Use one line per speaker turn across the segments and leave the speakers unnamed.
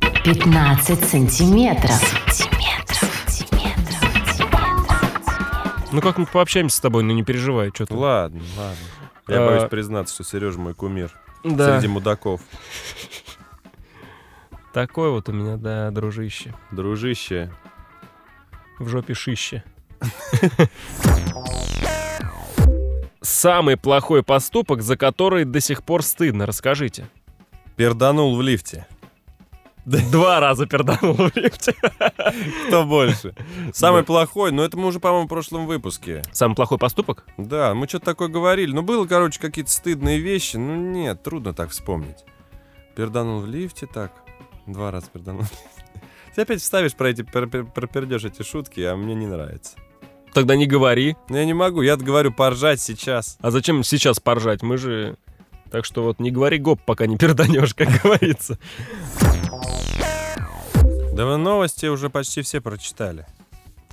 15 сантиметров.
Ну как мы пообщаемся с тобой, ну не переживай, что ты.
Ладно, ладно. Я
А.
боюсь признаться, что Сережа мой кумир
Да.
среди мудаков.
Такое вот у меня, да, дружище.
Дружище,
В жопе шище. Самый плохой поступок, за который до сих пор стыдно, расскажите.
перданул в лифте.
Два раза перданул в лифте.
Кто больше? Самый плохой, но это мы уже, по-моему, в прошлом выпуске.
Самый плохой поступок?
Да, мы что-то такое говорили. Ну, было, короче, какие-то стыдные вещи. Ну, нет, трудно так вспомнить. Перданул в лифте так. Два раза перданул. Ты опять вставишь про эти, пер- пер- пропердешь эти шутки, а мне не нравится.
Тогда не говори.
Ну, я не могу, я говорю поржать сейчас.
А зачем сейчас поржать? Мы же... Так что вот не говори гоп, пока не перданешь, как говорится.
Да вы новости уже почти все прочитали.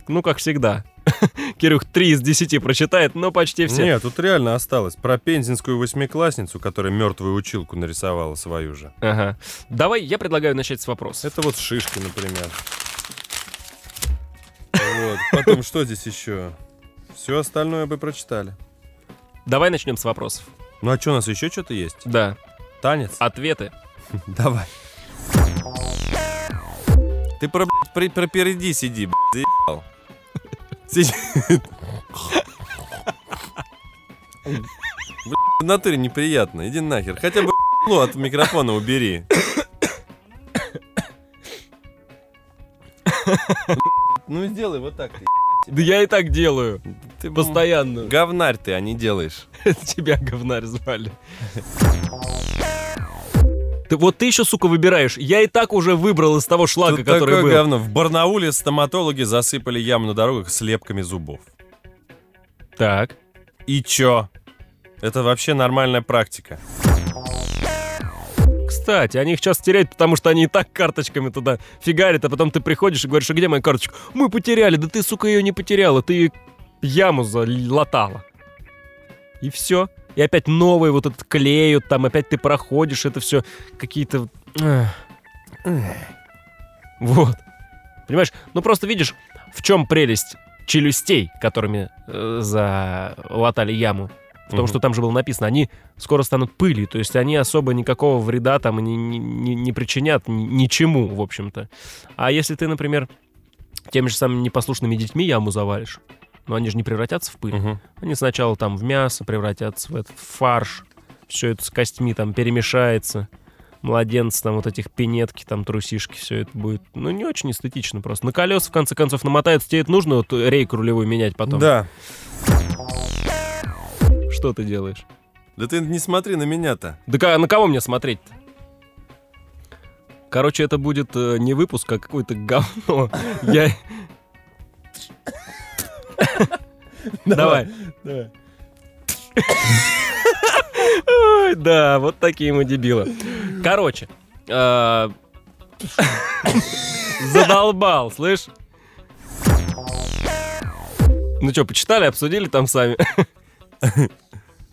Ну, как всегда. Кирюх 3 из 10 прочитает, но почти все.
Нет, тут реально осталось. Про пензенскую восьмиклассницу, которая мертвую училку нарисовала свою же.
Ага. Давай, я предлагаю начать с вопроса.
Это вот шишки, например. Вот. Потом что здесь еще? Все остальное бы прочитали.
Давай начнем с вопросов.
Ну а что, у нас еще что-то есть?
Да.
Танец?
Ответы.
Давай. Ты про, блядь, при- пропереди сиди, блядь, заебал. Сиди. Блядь, в натуре неприятно, иди нахер. Хотя бы ну, от микрофона убери. Ну сделай вот так. ты.
Да я и так делаю.
Ты бы
Постоянно.
говнарь ты, а не делаешь.
Тебя говнарь звали. Ты, вот ты еще, сука, выбираешь. Я и так уже выбрал из того шлака,
Тут
который
такое
был.
говно. В Барнауле стоматологи засыпали яму на дорогах с лепками зубов.
Так.
И чё? Это вообще нормальная практика.
Кстати, они их сейчас теряют, потому что они и так карточками туда фигарят, а потом ты приходишь и говоришь, а где моя карточка? Мы потеряли, да ты, сука, ее не потеряла, ты яму залатала. И все. И опять новые вот этот клеют, там опять ты проходишь, это все какие-то... эх. Вот. Понимаешь? Ну просто видишь, в чем прелесть челюстей, которыми э, залатали яму. Потому
Мгм.
что там же было написано, они скоро станут пылью, то есть они особо никакого вреда там не, не- не- не причинят ни- ничему, в общем-то. А если ты, например, теми же самыми непослушными детьми яму завалишь, но они же не превратятся в пыль. Они сначала там в мясо превратятся, в этот фарш. Все это с костьми там перемешается. Младенцы там вот этих пинетки, там трусишки, все это будет. Ну, не очень эстетично просто. На колеса, в конце концов, намотаются. Тебе это нужно вот рейку рулевую менять потом?
Да.
Что ты делаешь?
Да ты не смотри на меня-то.
Да ка- а на кого мне смотреть-то? Короче, это будет э, не выпуск, а какое-то говно. Я... Давай. Ой, Да, вот такие мы дебилы. Короче, э, задолбал, слышь? Ну что, почитали, обсудили там сами?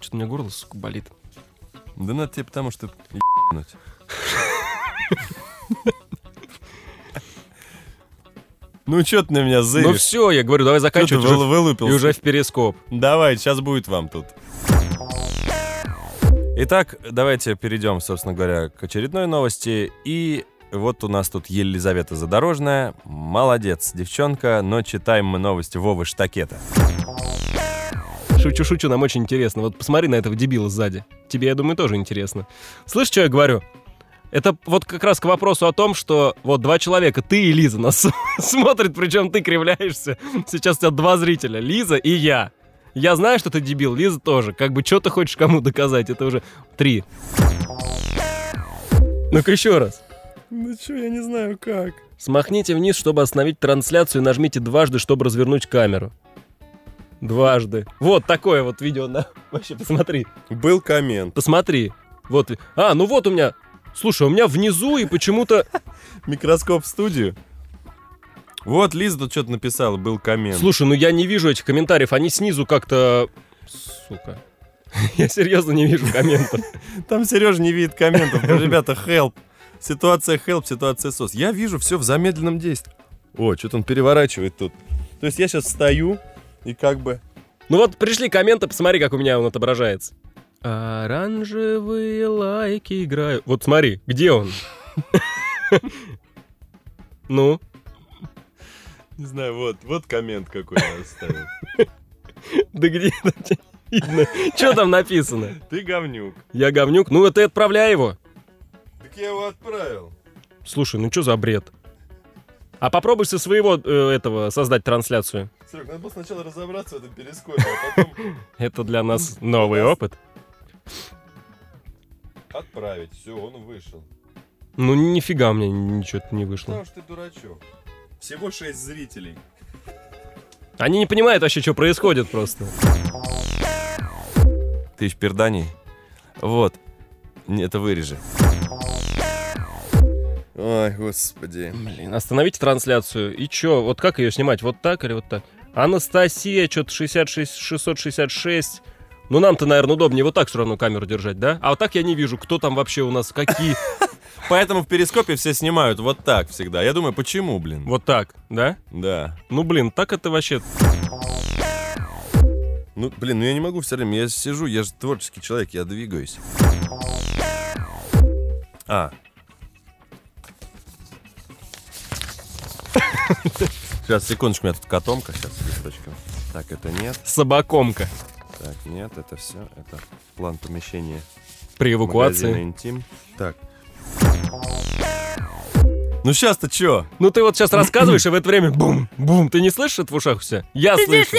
Что-то у меня горло, сука, болит.
Да надо тебе потому, что ебнуть. Ну чё ты на меня
Ну
зыришь?
все, я говорю, давай
Чё ты
заканчивать.
выл-
уже-
вылупился?
И уже в перископ.
Давай, сейчас будет вам тут. Итак, давайте перейдем, собственно говоря, к очередной новости. И вот у нас тут Елизавета Задорожная. Молодец, девчонка, но читаем мы новости Вовы Штакета.
Шучу, шучу, нам очень интересно. Вот посмотри на этого дебила сзади. Тебе, я думаю, тоже интересно. Слышь, что я говорю? Это вот как раз к вопросу о том, что вот два человека, ты и Лиза нас смотрят, причем ты кривляешься. Сейчас у тебя два зрителя, Лиза и я. Я знаю, что ты дебил, Лиза тоже. Как бы что ты хочешь кому доказать, это уже три. Ну-ка еще раз.
Ну чё, я не знаю как.
Смахните вниз, чтобы остановить трансляцию, и нажмите дважды, чтобы развернуть камеру. Дважды. Вот такое вот видео. На... Вообще, посмотри.
Был коммент.
Посмотри. Вот. А, ну вот у меня... Слушай, у меня внизу и почему-то...
Микроскоп в студию. Вот Лиза тут что-то написала, был коммент.
Слушай, ну я не вижу этих комментариев. Они снизу как-то... Сука. Я серьезно не вижу комментов.
Там Сережа не видит комментов. Ребята, help. Ситуация help, ситуация сос. Я вижу все в замедленном действии. О, что-то он переворачивает тут. То есть я сейчас стою и как бы...
Ну вот пришли комменты, посмотри, как у меня он отображается. Оранжевые лайки играют. Вот смотри, где он? Ну,
Не знаю, вот, вот коммент какой я оставил.
да где это видно? Что там написано?
Ты говнюк.
Я говнюк. Ну, это ты отправляй его.
Так я его отправил.
Слушай, ну что за бред? А попробуй со своего э, этого создать трансляцию.
Серег, надо было сначала разобраться в этом перескопе, а потом
Это для нас новый опыт.
отправить. Все, он вышел.
Ну, нифига у меня ничего не вышло.
Потому что ты дурачок. Всего шесть зрителей.
Они не понимают вообще, что происходит просто.
Тысяч перданий. Вот. Не, Это вырежи. Ой, господи.
Блин, остановите трансляцию. И чё, вот как ее снимать? Вот так или вот так? Анастасия, что-то 66, 666. Ну, нам-то, наверное, удобнее вот так все равно камеру держать, да? А вот так я не вижу, кто там вообще у нас, какие.
Поэтому в перископе все снимают вот так всегда. Я думаю, почему, блин?
Вот так, да?
Да.
Ну, блин, так это вообще...
Ну, блин, ну я не могу все время. Я сижу, я же творческий человек, я двигаюсь. А. Сейчас, секундочку, у меня тут котомка. Сейчас, секундочку. Так, это нет.
Собакомка
Так, нет, это все. Это план помещения
при
магазина
эвакуации.
интим. Так. Ну сейчас-то чё?
Ну, ты вот сейчас рассказываешь, и в это время бум-бум. Ты не слышишь это в ушах все? Я слышу.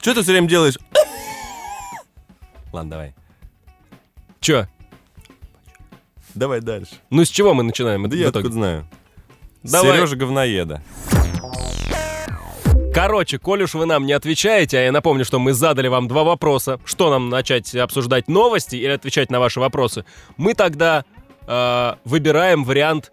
Чё ты все время делаешь? Ладно, давай.
Чё?
Давай дальше.
Ну, с чего мы начинаем?
Да
в
я
итоге?
откуда знаю.
Давай.
Сережа говноеда.
Короче, коль уж вы нам не отвечаете, а я напомню, что мы задали вам два вопроса, что нам начать обсуждать новости или отвечать на ваши вопросы, мы тогда э, выбираем вариант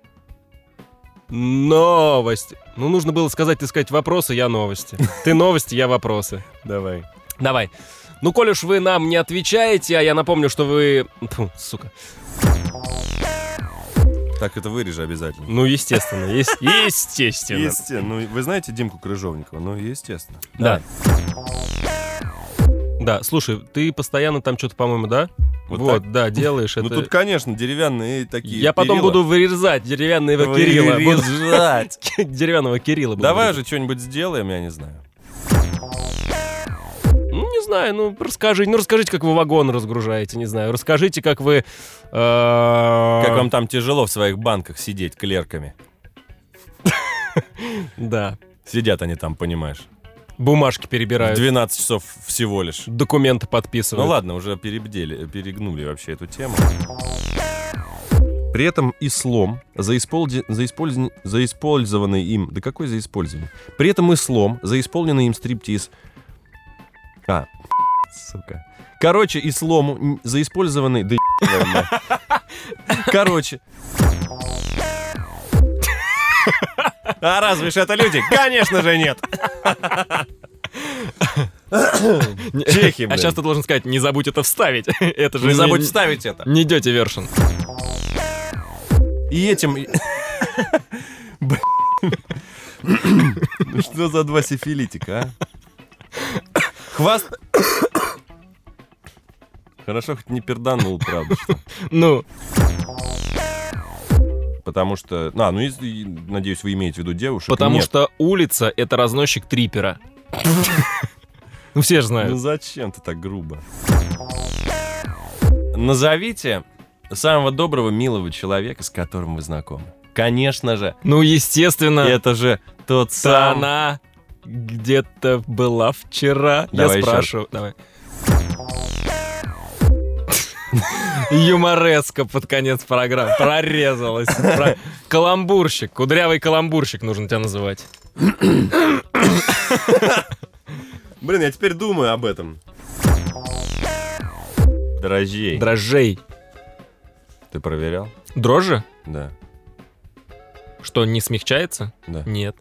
новости. Ну, нужно было сказать, ты сказать вопросы, я новости. Ты новости, я вопросы.
Давай.
Давай. Ну, коль уж вы нам не отвечаете, а я напомню, что вы... Тьфу, сука.
Так это вырежи обязательно.
Ну, естественно, ес- естественно.
Естественно. Ну, вы знаете Димку Крыжовникова? Ну, естественно.
Да. Да, слушай, ты постоянно там что-то, по-моему, да?
Вот
Вот,
так?
да, делаешь это.
Ну, тут, конечно, деревянные такие
Я потом
перила.
буду вырезать деревянного Кирилла. Буду-
Вырезать.
Деревянного Кирилла. буду
Давай
вырезать.
же что-нибудь сделаем, я не знаю.
Ну, не знаю, ну, расскажите. Ну, расскажите, как вы вагон разгружаете, не знаю. Расскажите, как вы... э, Как
Как
вам?
вам там тяжело в своих банках сидеть клерками?
Да.
Сидят они там, понимаешь.
Бумажки
В
перебирают.
12 часов всего лишь.
Документы подписывают.
Ну ладно, уже перебдели, перегнули вообще эту тему. При этом ислом за, исполди- за, использован- за использованный им... Да какой за использование? При этом ислом за исполненный им стриптиз... А, сука. Короче, ислому м, за использованный... Да еб твою мать. Короче. А разве ж это люди? Конечно же нет. Чехи,
А
блин.
сейчас ты должен сказать, не забудь это вставить. Это же
Не забудь ставить это.
Не идете вершин.
И этим... Блин. Ну Что за два сифилитика, а? Хваст... Хорошо, хоть не перданул, правда, что.
Ну,
Потому что... А, ну, и- и, надеюсь, вы имеете в виду девушек.
потому
Нет.
что улица — это разносчик трипера. Ну, все же
Ну,
знают.
зачем ты так грубо? Назовите самого доброго, милого человека, с которым вы знакомы. Конечно же,
Ну, естественно.
это же тот
Да
самый...
она где-то была вчера. Я
Давай еще
спрашиваю. Давай. Юмореска под конец программы. Прорезалась. Про- Каламбурщик. Кудрявый каламбурщик нужно тебя называть.
Блин, я теперь думаю об этом. Дрожжей.
Дрожжей.
Ты проверял?
Дрожжи?
Да.
Что, не смягчается?
Да.
Нет.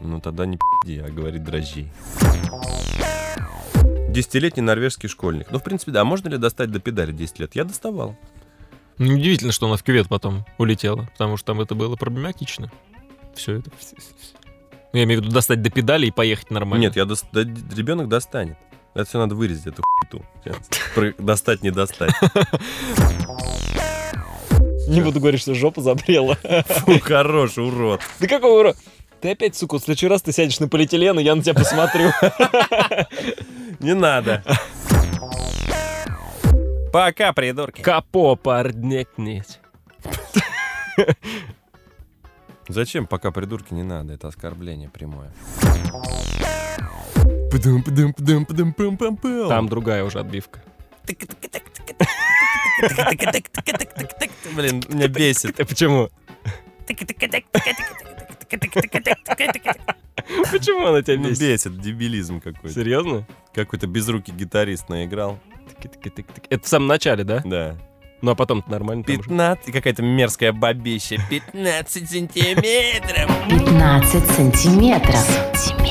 Ну тогда не пи***и, а говори дрожжей. а Десятилетний норвежский школьник. Ну, в принципе, да. Можно ли достать до педали 10 лет? Я доставал.
Ну, удивительно, что она в кювет потом улетела, потому что там это было проблематично. Все это. Ну, я имею в виду достать до педали и поехать нормально.
Нет, я дос- да, д- ребенок достанет. Это все надо вырезать, эту хуйту. Достать, не достать.
Не буду говорить, что жопа забрела.
Фу, хороший урод.
Да какого ура? Ты опять, сука, в следующий раз ты сядешь на полиэтилен, и я на тебя посмотрю.
Не надо. Пока, придурки.
Капо, парнетнеть.
Зачем пока придурки не надо? Это оскорбление прямое.
Ну.
Там другая уже отбивка.
Блин, меня бесит.
Э, Почему? Почему она тебя
Ну,
бесит?
бесит, дебилизм какой-то.
Серьезно?
Какой-то безрукий гитарист наиграл.
Это в самом начале, да?
Да.
Ну а потом нормально. там же.
15, какая-то мерзкая бабища. 15 сантиметров.
15 сантиметров.